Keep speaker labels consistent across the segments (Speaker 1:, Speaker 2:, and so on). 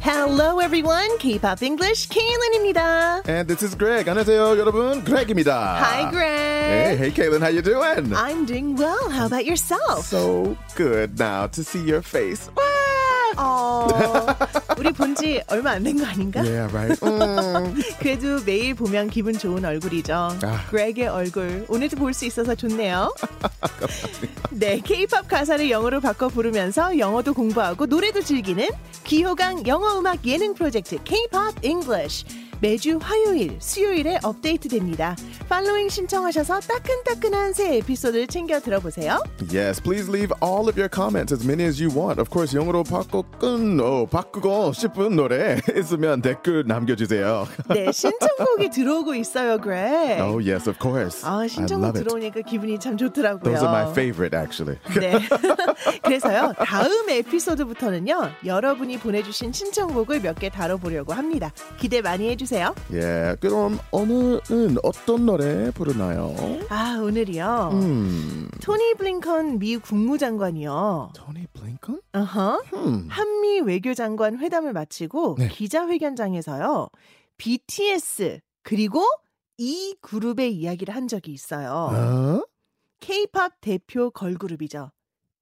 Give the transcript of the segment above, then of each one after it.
Speaker 1: Hello everyone, K-pop English Kaylin입니다.
Speaker 2: And this is Greg. 안녕하세요, 여러분. Greg입니다.
Speaker 1: Hi
Speaker 2: Hey,
Speaker 1: Greg.
Speaker 2: Ah. hey, Caitlin, how you doing?
Speaker 1: I'm doing well. How about yourself?
Speaker 2: so good now to see your face.
Speaker 1: 어, 우리 본 지 얼마 안 된 거 아닌가?
Speaker 2: Yeah, right. Mm.
Speaker 1: 그래도 매일 보면 기분 좋은 얼굴이죠.
Speaker 2: 아.
Speaker 1: 그렉의 얼굴 오늘도 볼 수 있어서 좋네요. 네, K-팝 가사를 영어로 바꿔 부르면서 영어도 공부하고 노래도 즐기는 귀호강 영어 음악 예능 프로젝트 K-pop English. 매주 화요일, 수요일에 업데이트됩니다. 팔로잉 신청하셔서 따끈따끈한 새 에피소드를 챙겨 들어보세요.
Speaker 2: yes, please leave all of your comments, as many as you want. Of course, 영어로 바꿔 끈, 어, 바꾸고 싶은 노래 있으면 댓글 남겨주세요.
Speaker 1: 네, 신청곡이 들어오고 있어요, 그렉.
Speaker 2: oh, yes, of course.
Speaker 1: 아,
Speaker 2: I
Speaker 1: 신청곡
Speaker 2: love it.
Speaker 1: 들어오니까 기분이 참 좋더라고요.
Speaker 2: Those are my favorite, actually.
Speaker 1: 네. 그래서요, 다음 에피소드부터는요, 여러분이 보내주신 신청곡을 몇 개 다뤄보려고 합니다. 기대 많이 해주세요.
Speaker 2: yeah, 그럼 오늘은 어떤 노래 부르나요? Hmm.
Speaker 1: 아, 오늘이요.
Speaker 2: 음,
Speaker 1: 토니 블링컨 미 국무장관이요.
Speaker 2: 토니 블링컨?
Speaker 1: 어허.
Speaker 2: Hmm.
Speaker 1: 한미 외교장관 회담을 마치고
Speaker 2: 네.
Speaker 1: 기자회견장에서요, BTS 그리고 이 그룹의 이야기를 한 적이 있어요.
Speaker 2: 어?
Speaker 1: K-pop 대표 걸그룹이죠.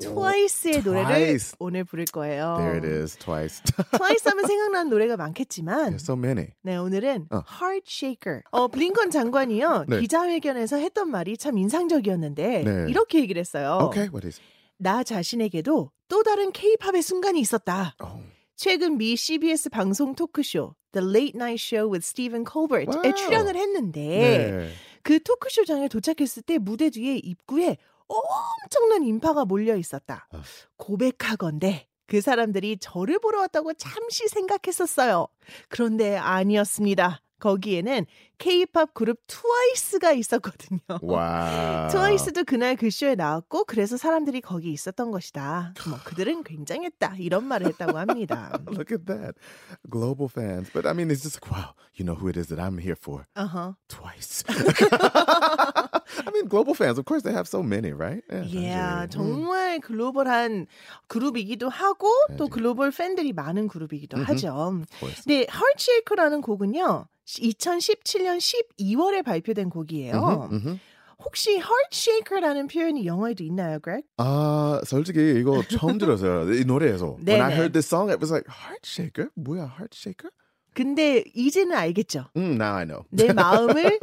Speaker 1: 트와이스의 노래를
Speaker 2: 트와이스.
Speaker 1: 오늘 부를 거예요.
Speaker 2: There it is, twice.
Speaker 1: 트와이스 하면 생각나는 노래가 많겠지만
Speaker 2: There's so many.
Speaker 1: 네, 오늘은
Speaker 2: 어.
Speaker 1: Heart Shaker. 어, 블링컨 장관이요.
Speaker 2: 네.
Speaker 1: 기자회견에서 했던 말이 참 인상적이었는데
Speaker 2: 네.
Speaker 1: 이렇게 얘기를 했어요.
Speaker 2: Okay, what is?
Speaker 1: 나 자신에게도 또 다른 케이팝의 순간이 있었다.
Speaker 2: Oh,
Speaker 1: 최근 미 CBS 방송 토크쇼 The Late Night Show with Stephen Colbert에
Speaker 2: 와우.
Speaker 1: 출연을 했는데
Speaker 2: 네.
Speaker 1: 그 토크쇼장에 도착했을 때 무대 뒤에 입구에 엄청난 인파가 몰려 있었다.
Speaker 2: 아.
Speaker 1: 고백하건대 그 사람들이 저를 보러 왔다고 잠시 생각했었어요. 그런데 아니었습니다. 거기에는 K-팝 그룹 트와이스가 있었거든요.
Speaker 2: 와.
Speaker 1: 트와이스도 그날 그 쇼에 나왔고 그래서 사람들이 거기 있었던 것이다. 뭐 그들은 굉장했다 이런 말을 했다고 합니다.
Speaker 2: Look at that. Global fans. But I mean, it's just like, wow, you know who it is that I'm here for?
Speaker 1: 어허.
Speaker 2: Twice. I mean, global fans, of course, they have so many, right? Yeah.
Speaker 1: Yeah, 예,
Speaker 2: Mm.
Speaker 1: 정말 글로벌한 그룹이기도 하고 또 글로벌 팬들이 많은 그룹이기도
Speaker 2: 음흠.
Speaker 1: 하죠.
Speaker 2: Of course.
Speaker 1: 네, Heartshaker라는 곡은요. 2017년 12월에 발표된 곡이에요.
Speaker 2: Mhm, mhm.
Speaker 1: 혹시 Heartshaker라는 표현이 영어에도 있나요, Greg?
Speaker 2: 아, Uh, 솔직히 이거 처음 들었어요. 이 노래에서. When I
Speaker 1: 네네.
Speaker 2: heard this song, it was like, heart shaker? 뭐야, heart shaker?
Speaker 1: 근데 이제는 알겠죠.
Speaker 2: Mm, now I know.
Speaker 1: 내 마음을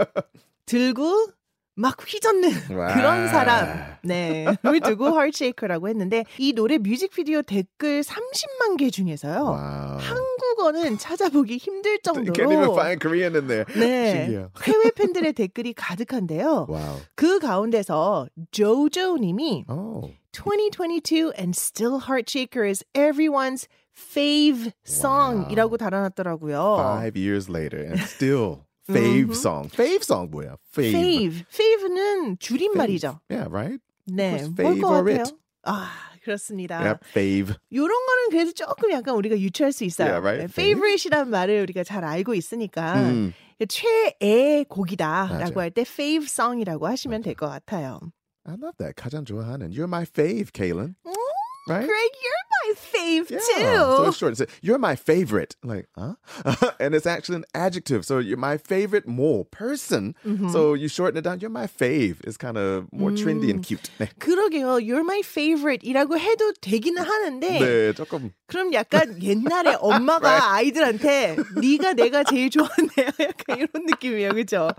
Speaker 1: 들고 막 휘젓는
Speaker 2: 와.
Speaker 1: 그런 사람. 네. 를 두고 Heartshaker라고 했는데 이 노래 뮤직비디오 댓글 30만 개 중에서요.
Speaker 2: Wow.
Speaker 1: 한국어는 찾아보기 힘들
Speaker 2: You 어. can't even
Speaker 1: 정도로
Speaker 2: find Korean in there.
Speaker 1: 네.
Speaker 2: 신기해요.
Speaker 1: 해외 팬들의 댓글이 가득한데요.
Speaker 2: Wow.
Speaker 1: 그 가운데서 조조 님이
Speaker 2: Oh.
Speaker 1: 2022 and still heartshaker is everyone's fave song이라고 달아놨더라고요.
Speaker 2: Five years later, and still fave
Speaker 1: Mhm.
Speaker 2: song. Fave song 뭐야? Fave.
Speaker 1: fave. fave는 줄임말이죠.
Speaker 2: Yeah, right?
Speaker 1: 네.
Speaker 2: Who's
Speaker 1: 뭘 것 같아요?
Speaker 2: favorite?
Speaker 1: 아, 그렇습니다.
Speaker 2: Yeah, fave.
Speaker 1: 요런 거는 그래도 조금 약간 우리가 유추할 수 있어요. 네,
Speaker 2: Yeah, right.
Speaker 1: favorite이란 말을 우리가 잘 알고 있으니까
Speaker 2: 음.
Speaker 1: 최애 곡이다라고
Speaker 2: 맞아요.
Speaker 1: 할 때 fave song이라고 하시면 될 것 같아요.
Speaker 2: I love that. 가장 좋아하는. You're my fave, Kaylin. 음, Right?
Speaker 1: Greg, you're my fave
Speaker 2: Yeah. So
Speaker 1: too.
Speaker 2: it's short. It's like, you're my favorite. Like, huh? and it's actually an adjective. So you're my favorite more person.
Speaker 1: Mm-hmm.
Speaker 2: So you shorten it down. You're my fave. It's kind of more trendy
Speaker 1: Mm.
Speaker 2: and cute. 네.
Speaker 1: 그러게요. You're my favorite이라고 해도 되기는 하는데
Speaker 2: 네, 조금.
Speaker 1: 그럼 약간 옛날에 엄마가 아이들한테 네가 내가 제일 좋아하는 애야 약간 이런 느낌이에요. 그죠?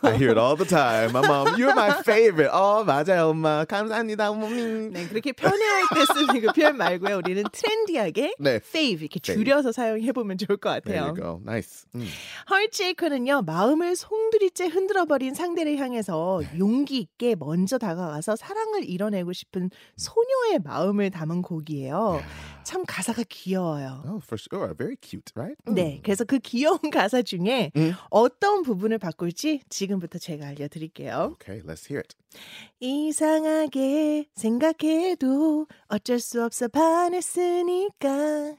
Speaker 2: I hear it all the time. My mom, you're my favorite. Oh, 맞아요, 엄마. 감사합니다, 어머님.
Speaker 1: 네, 그렇게 편애할 때 쓰는 그 표현 말고요. 우리는 트렌디하게
Speaker 2: 네.
Speaker 1: fave 이렇게
Speaker 2: Fave. 네,
Speaker 1: 줄여서 사용해 보면 좋을 것
Speaker 2: There you
Speaker 1: 같아요.
Speaker 2: go. Nice. Mm. 음.
Speaker 1: 헐체이크는요. 마음을 송두리째 흔들어버린 상대를 향해서 용기 있게 먼저 다가가서 사랑을 이뤄내고 싶은 소녀의 마음을 담은 곡이에요. 참 가사가 귀여워요.
Speaker 2: Oh, for sure. Very cute, right? Mm.
Speaker 1: 네, 그래서 그 귀여운 가사 중에
Speaker 2: 음.
Speaker 1: 어떤 부분을 바꿀지 지금부터 제가 알려드릴게요.
Speaker 2: Okay, let's hear it.
Speaker 1: 이상하게 생각해도 어쩔 수 없어 반했으니까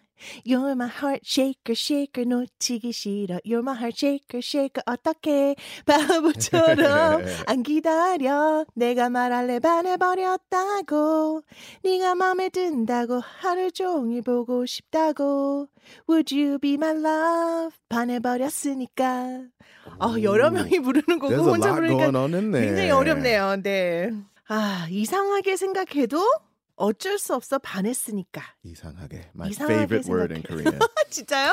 Speaker 1: You're my heart shaker, shaker, 놓치기 싫어. You're my heart shaker, shaker, 어떡해. 바보처럼 안 기다려. 내가 말할래 반해버렸다고. 네가 맘에 든다고 하루 종일 보고 싶다고. Would you be my love? 반해버렸으니까. 아, 여러
Speaker 2: Ooh.
Speaker 1: 명이 부르는 곡을
Speaker 2: 음. There's a
Speaker 1: 혼자
Speaker 2: lot
Speaker 1: 부르니까
Speaker 2: going on in there.
Speaker 1: 굉장히 어렵네요. 네. 아, 이상하게 생각해도 어쩔 수 없어 반했으니까.
Speaker 2: 이상하게. My
Speaker 1: 이상하게
Speaker 2: favorite word in Korean.
Speaker 1: 아, 진짜요?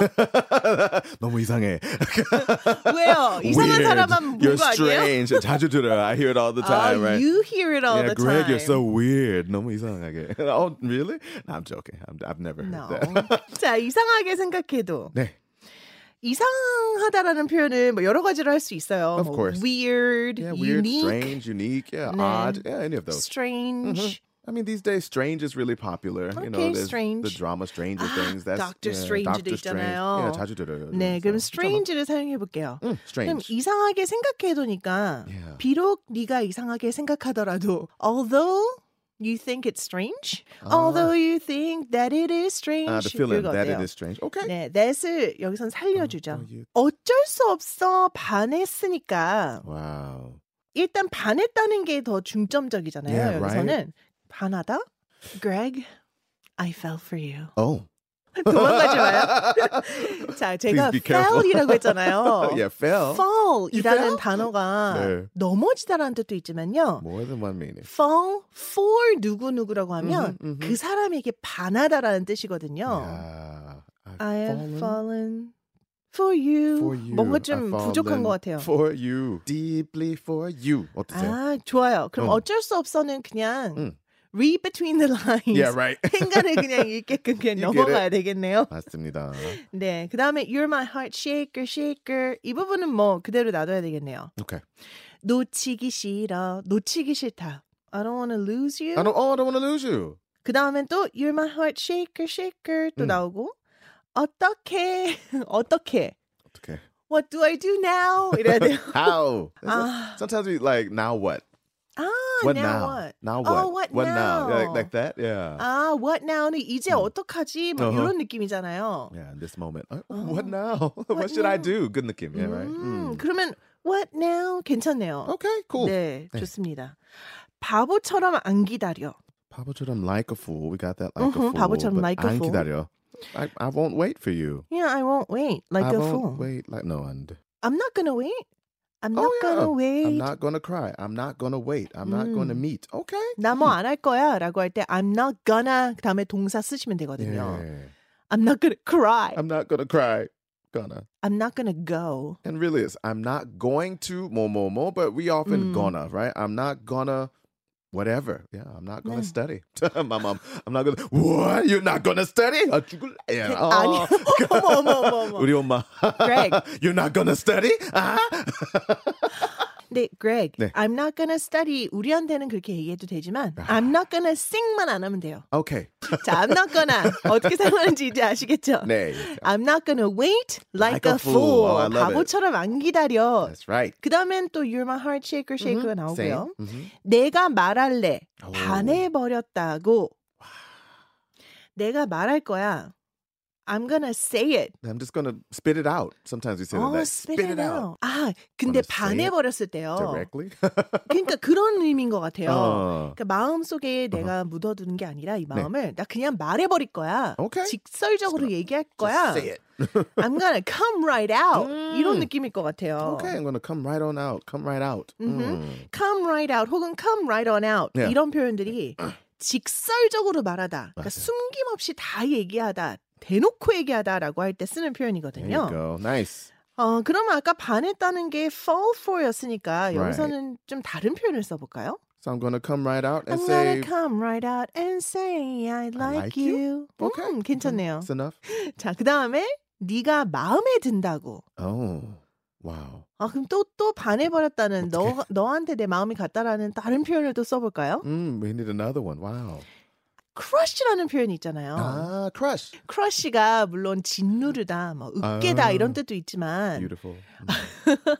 Speaker 2: 너무 이상해.
Speaker 1: 왜요? 이상한
Speaker 2: Weird.
Speaker 1: 사람만 본
Speaker 2: You're
Speaker 1: 거 아니에요?
Speaker 2: strange. 자주 들어. I hear it all the time,
Speaker 1: oh,
Speaker 2: right?
Speaker 1: you hear it all
Speaker 2: yeah,
Speaker 1: the time.
Speaker 2: Greg, you're so weird. 너무 이상하게. oh, really? No, I'm joking. I'm, I've never heard
Speaker 1: no.
Speaker 2: that.
Speaker 1: 자, 이상하게 생각해도
Speaker 2: 네.
Speaker 1: 이상하다라는 표현은 뭐 여러 가지로 할 수 있어요.
Speaker 2: Of
Speaker 1: 뭐
Speaker 2: course.
Speaker 1: weird,
Speaker 2: Yeah, weird,
Speaker 1: unique,
Speaker 2: strange, unique, yeah,
Speaker 1: 네.
Speaker 2: odd, yeah, any of those.
Speaker 1: strange.
Speaker 2: I mean, these days, strange is really popular. you know,
Speaker 1: Okay,
Speaker 2: there's the
Speaker 1: strange.
Speaker 2: drama Stranger
Speaker 1: Ah,
Speaker 2: Things. That's
Speaker 1: Doctor
Speaker 2: yeah,
Speaker 1: Strange도
Speaker 2: Doctor Strange.
Speaker 1: 있잖아요.
Speaker 2: Yeah, 자주 들어요.
Speaker 1: 네, 그럼
Speaker 2: 그래서 괜찮아.
Speaker 1: strange를 사용해 볼게요. 그럼
Speaker 2: 음, mm, strange.
Speaker 1: 이상하게 생각해도니까
Speaker 2: Yeah.
Speaker 1: 비록 네가 이상하게 생각하더라도 although you think it's strange, although you think that it is strange,
Speaker 2: Uh, 아. Ah, the feeling that
Speaker 1: 그거예요.
Speaker 2: it is strange. Okay.
Speaker 1: 네, that을 여기선 살려주죠.
Speaker 2: Although you-
Speaker 1: 어쩔 수 없어 반했으니까
Speaker 2: Wow.
Speaker 1: 일단 반했다는 게 더 중점적이잖아요.
Speaker 2: Yeah,
Speaker 1: 여기서는
Speaker 2: right.
Speaker 1: 반하다. Greg, I fell for you.
Speaker 2: Oh.
Speaker 1: 도망가지 마요. 자, 제가
Speaker 2: Please be careful.
Speaker 1: fell이라고 했잖아요.
Speaker 2: yeah, fell.
Speaker 1: fall이라는
Speaker 2: fell?
Speaker 1: 단어가
Speaker 2: 네.
Speaker 1: 넘어지다라는 뜻도 있지만요.
Speaker 2: More than one meaning.
Speaker 1: fall for 누구 누구라고 하면
Speaker 2: Mhm, mhm.
Speaker 1: 그 사람에게 반하다라는 뜻이거든요.
Speaker 2: Yeah. I've
Speaker 1: I have
Speaker 2: fallen
Speaker 1: fallen for you.
Speaker 2: For you.
Speaker 1: 뭔가
Speaker 2: I've
Speaker 1: 좀 부족한
Speaker 2: fallen
Speaker 1: 것 같아요.
Speaker 2: For you. Deeply for you. 어떠세요?
Speaker 1: 아, 좋아요. 그럼
Speaker 2: 어.
Speaker 1: 어쩔 수 없어는 그냥
Speaker 2: 음.
Speaker 1: read between the lines.
Speaker 2: Yeah, right.
Speaker 1: 행간을 그냥 읽게끔 그냥
Speaker 2: You get it.
Speaker 1: 넘어가야 되겠네요.
Speaker 2: 맞습니다.
Speaker 1: 네, 그 다음에 You're my heart shaker, shaker 이 부분은 뭐 그대로 놔둬야 되겠네요.
Speaker 2: Okay.
Speaker 1: 놓치기 싫어, 놓치기 싫다. I don't wanna lose you.
Speaker 2: I don't, oh, I don't want to lose you.
Speaker 1: 그 다음엔 또 You're my heart shaker, shaker 또
Speaker 2: 음.
Speaker 1: 나오고 어떻게 어떻게
Speaker 2: 어떡해.
Speaker 1: What do I do now? 이래야 돼요.
Speaker 2: How? That's what-
Speaker 1: 아,
Speaker 2: sometimes we like, now what?
Speaker 1: 아, Oh,
Speaker 2: What
Speaker 1: now,
Speaker 2: now?
Speaker 1: what?
Speaker 2: Now what?
Speaker 1: Oh, what
Speaker 2: now?
Speaker 1: now? Uh,
Speaker 2: Yeah, like, like that? Yeah.
Speaker 1: 아, what now는 이제
Speaker 2: 음.
Speaker 1: 어떡하지? 막
Speaker 2: 어허.
Speaker 1: 이런 느낌이잖아요.
Speaker 2: yeah, in this moment. Uh,
Speaker 1: 어.
Speaker 2: What now? What,
Speaker 1: uh-huh. What
Speaker 2: should I
Speaker 1: now? Mm-hmm.
Speaker 2: do? Good 느낌. Yeah, right?
Speaker 1: 음,
Speaker 2: Mm.
Speaker 1: 그러면 what now 괜찮네요.
Speaker 2: Okay, 어, cool.
Speaker 1: 네,
Speaker 2: 네.
Speaker 1: 좋습니다. 바보처럼 안 기다려.
Speaker 2: 바보처럼 like a fool. We got that like a
Speaker 1: Mhm,
Speaker 2: fool.
Speaker 1: 바보처럼
Speaker 2: but
Speaker 1: like a
Speaker 2: 안
Speaker 1: fool.
Speaker 2: 기다려. I, I won't wait for you.
Speaker 1: Yeah, I won't wait like
Speaker 2: I
Speaker 1: a
Speaker 2: won't
Speaker 1: fool.
Speaker 2: wait like no and
Speaker 1: I'm not gonna wait. I'm
Speaker 2: Oh,
Speaker 1: not
Speaker 2: yeah.
Speaker 1: gonna wait. Mm.
Speaker 2: I'm not gonna cry. I'm not gonna wait. I'm not gonna meet. Okay.
Speaker 1: 나 뭐 안 할 거야라고 할 때 I'm not gonna 그다음에 동사 쓰시면 되거든요.
Speaker 2: Yeah.
Speaker 1: I'm not gonna cry. I'm,
Speaker 2: 예. I'm not gonna cry. Gonna.
Speaker 1: not gonna go.
Speaker 2: And really it's I'm not going to more more more, but we often
Speaker 1: Mm.
Speaker 2: gonna, right? I'm not gonna whatever. Yeah, I'm not gonna
Speaker 1: 네.
Speaker 2: study. My mom, I'm not gonna what? You're not gonna study? 아, 죽을- Yeah. Oh,
Speaker 1: 아니, 어머 어머 어머 어머.
Speaker 2: 우리 엄마.
Speaker 1: Greg.
Speaker 2: You're not gonna study? Uh-huh. 아?
Speaker 1: 근데 Greg,
Speaker 2: 네.
Speaker 1: I'm not gonna study 우리한테는 그렇게 얘기해도 되지만
Speaker 2: 아.
Speaker 1: I'm not gonna sing만 안 하면 돼요.
Speaker 2: Okay.
Speaker 1: 자, I'm not gonna 어떻게 사용하는지 이제 아시겠죠?
Speaker 2: 네.
Speaker 1: I'm not gonna wait like,
Speaker 2: Like a
Speaker 1: a fool.
Speaker 2: fool. Oh, I love it.
Speaker 1: 바보처럼 안 기다려.
Speaker 2: That's right.
Speaker 1: 그 다음엔 또 You're my heart shaker shaker가 나오고요.
Speaker 2: Same. Mhm.
Speaker 1: 내가 말할래.
Speaker 2: 오.
Speaker 1: 반해버렸다고. 내가 말할 거야. I'm gonna say it.
Speaker 2: Oh, I'm just gonna spit it out. Sometimes we say
Speaker 1: 어,
Speaker 2: that.
Speaker 1: Oh, spit it out. Oh. 아, 근데
Speaker 2: Wanna say it
Speaker 1: 반해버렸을 때요.
Speaker 2: directly. Oh,
Speaker 1: 그러니까 그런 의미인 것 같아요.
Speaker 2: 어. Uh-huh. 네.
Speaker 1: 그러니까 마음 속에 내가 묻어두는 게 아니라 이 마음을 나 그냥 말해버릴 거야.
Speaker 2: Okay.
Speaker 1: 직설적으로 얘기할 거야.
Speaker 2: Just say it.
Speaker 1: I'm gonna come right out.
Speaker 2: 음.
Speaker 1: 이런 느낌일 것 같아요.
Speaker 2: Okay, I'm gonna come right on out. Come right out. Mm,
Speaker 1: Mhm. come right out 혹은 come right on out
Speaker 2: Yeah.
Speaker 1: 이런 표현들이 직설적으로 말하다, 그러니까
Speaker 2: 맞아요.
Speaker 1: 숨김없이 다 얘기하다, 대놓고 얘기하다라고 할 때 쓰는
Speaker 2: There you
Speaker 1: 표현이거든요.
Speaker 2: go. Nice.
Speaker 1: 어, 그러면 아까 반했다는 게 fall for였으니까
Speaker 2: Right.
Speaker 1: 여기서는 좀 다른 표현을 써볼까요?
Speaker 2: So I'm gonna come right out and
Speaker 1: I'm
Speaker 2: say.
Speaker 1: gonna come right out and say I like,
Speaker 2: like
Speaker 1: you.
Speaker 2: you? Okay.
Speaker 1: 음,
Speaker 2: Mm-hmm.
Speaker 1: 괜찮네요.
Speaker 2: That's enough.
Speaker 1: 자, 그 다음에 네가 마음에 든다고.
Speaker 2: Oh, wow.
Speaker 1: 아, 그럼 또 또 반해버렸다는 너 너한테 내 마음이 갔다라는 다른 표현을 또 써볼까요?
Speaker 2: Mm, we need another one. Wow.
Speaker 1: 크러쉬라는 표현이 있잖아요.
Speaker 2: Ah, crush.
Speaker 1: 크러쉬가 물론 짓누르다, 뭐 으깨다
Speaker 2: 아.
Speaker 1: 이런 뜻도 있지만
Speaker 2: Beautiful. Mm.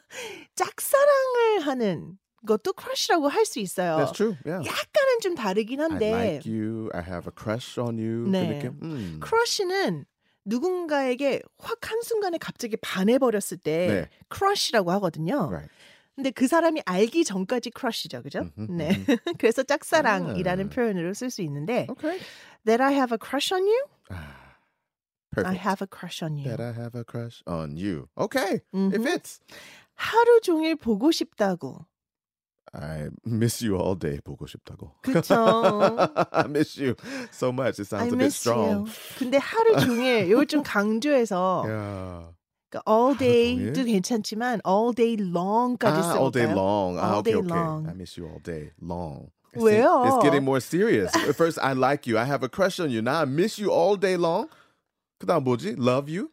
Speaker 1: 짝사랑을 하는 것도 크러쉬라고 할 수 있어요.
Speaker 2: That's true. Yeah.
Speaker 1: 약간은 좀 다르긴
Speaker 2: I
Speaker 1: 한데
Speaker 2: like you. I have a crush on you.
Speaker 1: 네.
Speaker 2: Mm.
Speaker 1: 크러쉬는 누군가에게 확 한순간에 갑자기 반해버렸을 때
Speaker 2: 네.
Speaker 1: 크러쉬라고 하거든요.
Speaker 2: Right.
Speaker 1: 근데 그 사람이 알기 전까지 크러쉬죠. 그죠?
Speaker 2: 음흠,
Speaker 1: 네. 그래서 짝사랑이라는
Speaker 2: 아. 어?
Speaker 1: 표현으로 쓸 수 있는데
Speaker 2: Okay.
Speaker 1: that I have a crush on you?
Speaker 2: Ah, Perfect.
Speaker 1: I have a crush on you. Mm-hmm.
Speaker 2: That I have a crush on you. Okay. It
Speaker 1: 음흠.
Speaker 2: fits.
Speaker 1: 하루 종일 보고 싶다고.
Speaker 2: I miss you all day, 보고 싶다고.
Speaker 1: 그쵸.
Speaker 2: I miss you so much. It sounds
Speaker 1: I
Speaker 2: a bit
Speaker 1: miss you.
Speaker 2: strong.
Speaker 1: 근데 하루 종일 이걸 좀 강조해서
Speaker 2: Yeah.
Speaker 1: 그러니까 all day도
Speaker 2: 종일?
Speaker 1: 괜찮지만 all day long까지
Speaker 2: Ah, all day
Speaker 1: 쓰니까요.
Speaker 2: long. Ah,
Speaker 1: All
Speaker 2: okay,
Speaker 1: day
Speaker 2: okay.
Speaker 1: long.
Speaker 2: I miss you all day long. It's,
Speaker 1: Well.
Speaker 2: it's getting more serious. At first, I like you. I have a crush on you. Now I miss you all day long. 그다음 뭐지? Love you.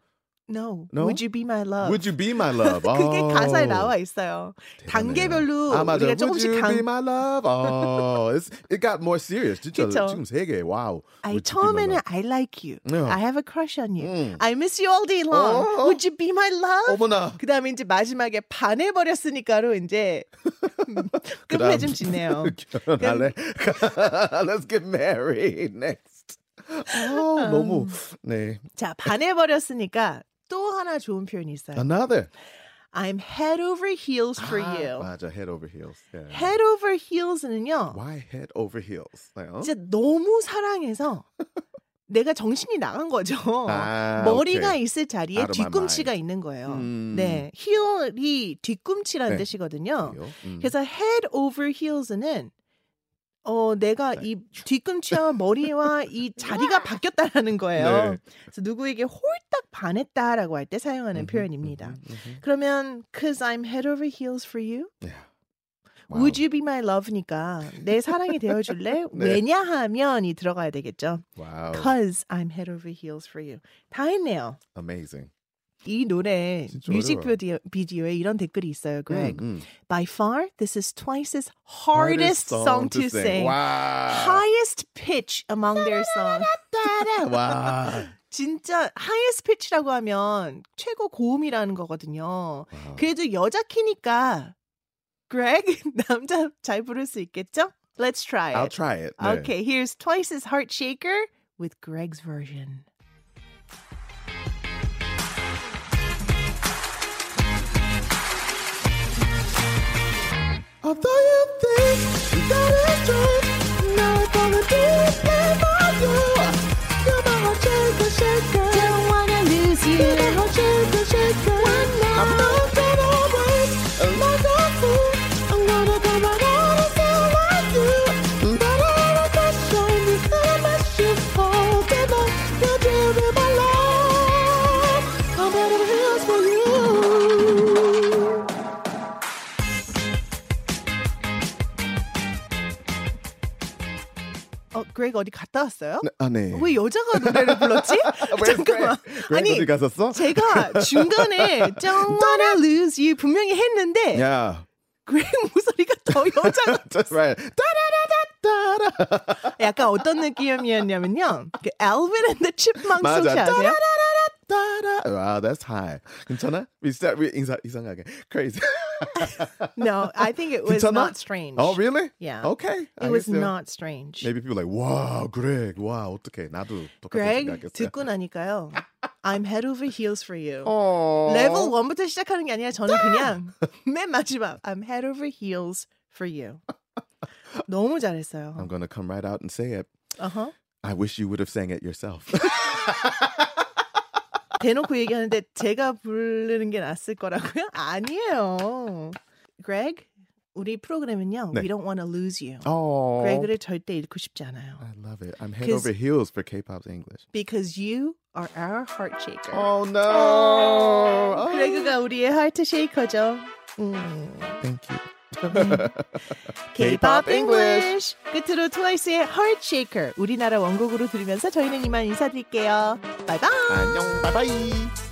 Speaker 1: No.
Speaker 2: No?
Speaker 1: Would you be my love?
Speaker 2: Would you be my love?
Speaker 1: 그게
Speaker 2: Oh,
Speaker 1: 가사에 나와 있어요.
Speaker 2: 대단해요.
Speaker 1: 단계별로
Speaker 2: 아, 맞아.
Speaker 1: 우리가
Speaker 2: Would
Speaker 1: 조금씩
Speaker 2: you
Speaker 1: 강-
Speaker 2: be my love? Oh, it's, it got more serious. 진짜
Speaker 1: 그쵸?
Speaker 2: 지금 세 개. 와우.
Speaker 1: 아니,
Speaker 2: Would you be my
Speaker 1: 처음에는
Speaker 2: love?
Speaker 1: I like you.
Speaker 2: 네.
Speaker 1: I have a crush on you.
Speaker 2: 음.
Speaker 1: I miss you all day long.
Speaker 2: 어?
Speaker 1: Would you be my love?
Speaker 2: 어머나.
Speaker 1: 그다음에 이제 마지막에 반해 버렸으니까로 이제 음, 끝내 좀 짓네요.
Speaker 2: 결혼할래? Let's get married next. 아, 너무 네.
Speaker 1: 자, 반해 버렸으니까 또 하나 좋은 표현이 있어요.
Speaker 2: Another.
Speaker 1: I'm head over heels for
Speaker 2: 아,
Speaker 1: you.
Speaker 2: 맞아. Ah, Head over heels. Yeah.
Speaker 1: head over heels는요.
Speaker 2: Why head over heels? Like, 어?
Speaker 1: 진짜 너무 사랑해서 내가 정신이 나간 거죠.
Speaker 2: 아,
Speaker 1: 머리가
Speaker 2: 오케이.
Speaker 1: 있을 자리에
Speaker 2: Out of my
Speaker 1: 뒤꿈치가 있는 거예요.
Speaker 2: 음.
Speaker 1: 네, heel이 뒤꿈치라는
Speaker 2: 네.
Speaker 1: 뜻이거든요.
Speaker 2: 음.
Speaker 1: 그래서 head over heels는 어 내가
Speaker 2: 네.
Speaker 1: 이 뒤꿈치와 머리와 이 자리가 바뀌었다라는 거예요.
Speaker 2: 네.
Speaker 1: 그래서 누구에게 홀딱 반했다라고 할 때 사용하는
Speaker 2: 음흠,
Speaker 1: 표현입니다.
Speaker 2: 음흠, 음흠.
Speaker 1: 그러면 cause I'm head over heels for you.
Speaker 2: Mm-hmm. Yeah.
Speaker 1: Would you be my love니까 내 사랑이 되어줄래?
Speaker 2: 네.
Speaker 1: 왜냐하면이 들어가야 되겠죠.
Speaker 2: Wow. Wow.
Speaker 1: Cause I'm head over heels for you. 다 했네요.
Speaker 2: Amazing.
Speaker 1: 이 노래
Speaker 2: 진짜
Speaker 1: 뮤직비디오에 이런 댓글이 있어요. Greg.
Speaker 2: 음, 음.
Speaker 1: By far, this is twice as hardest, song, to sing.
Speaker 2: Wow.
Speaker 1: Highest pitch among their songs.
Speaker 2: wow.
Speaker 1: 진짜 highest pitch라고 하면 최고 고음이라는 거거든요.
Speaker 2: Wow.
Speaker 1: 그래도 여자 키니까 Greg 남자 잘 부를 수 있겠죠? Let's try
Speaker 2: I'll
Speaker 1: it.
Speaker 2: try it. 네.
Speaker 1: Okay, here's Twice as Heart Shaker with Greg's version.
Speaker 2: Although you think that it's true, now it's gonna be bad for you. You're my heart shaker, shaker. Don't wanna lose you. You're my heart shaker, shaker. I'm not gonna wait like a fool. I'm gonna go right out and say I do. But all of that shine is not much you fall. Give up, you're doing my love. I'm out of heels for you.
Speaker 1: 어, Greg 어디 갔다 왔어요?
Speaker 2: 아, 네. 아,
Speaker 1: 왜 여자가 노래를 불렀지? 잠깐만. 아니,
Speaker 2: 어디 갔었어?
Speaker 1: 제가 중간에 Don't wanna lose you 분명히 했는데
Speaker 2: Yeah.
Speaker 1: Greg 목소리가 더 여자
Speaker 2: That's right. Da-da-da-da-da.
Speaker 1: 약간 어떤 느낌이었냐면요. 그 Alvin and the Chipmunks
Speaker 2: 맞아.
Speaker 1: 혹시 아세요?
Speaker 2: Da-da-da-da-da. Wow, that's high. 괜찮아? We start we 이상, 이상하게. Crazy.
Speaker 1: No, I think it was
Speaker 2: 괜찮아?
Speaker 1: not strange.
Speaker 2: Oh, really?
Speaker 1: Yeah.
Speaker 2: Okay.
Speaker 1: It
Speaker 2: I
Speaker 1: was
Speaker 2: guess so.
Speaker 1: not strange.
Speaker 2: Maybe people like, wow, Greg, wow, 어떡해. 나도 똑같은
Speaker 1: Greg
Speaker 2: 생각했어요.
Speaker 1: 듣고 나니까요. I'm head over heels for you.
Speaker 2: 어.
Speaker 1: 레벨 1부터 시작하는 게 아니라 저는 그냥 맨 마지막 I'm head over heels for you. 너무
Speaker 2: I'm
Speaker 1: 잘했어요. Uh-huh.
Speaker 2: gonna come right out and say it.
Speaker 1: 어허.
Speaker 2: I wish you would have sang it yourself.
Speaker 1: 대놓고 얘기하는데 제가 부르는 게 낫을 거라고요? 아니에요. Greg, 우리 프로그램은요.
Speaker 2: 네.
Speaker 1: We don't want to lose you.
Speaker 2: oh,
Speaker 1: Greg을 절대 잃고 싶지 않아요.
Speaker 2: I love it. I'm head
Speaker 1: 'Cause-
Speaker 2: over heels for K-pop's English.
Speaker 1: Because you are our heart shaker.
Speaker 2: Oh no! Oh.
Speaker 1: 그레그가 우리의 하트 쉐이커죠. 음.
Speaker 2: Thank you.
Speaker 1: K-pop
Speaker 2: K-pop
Speaker 1: English.
Speaker 2: English.
Speaker 1: 끝으로 트와이스의 Heart Shaker 우리나라 원곡으로 들으면서 저희는 이만 인사드릴게요. 바이바이.
Speaker 2: 안녕. Bye bye.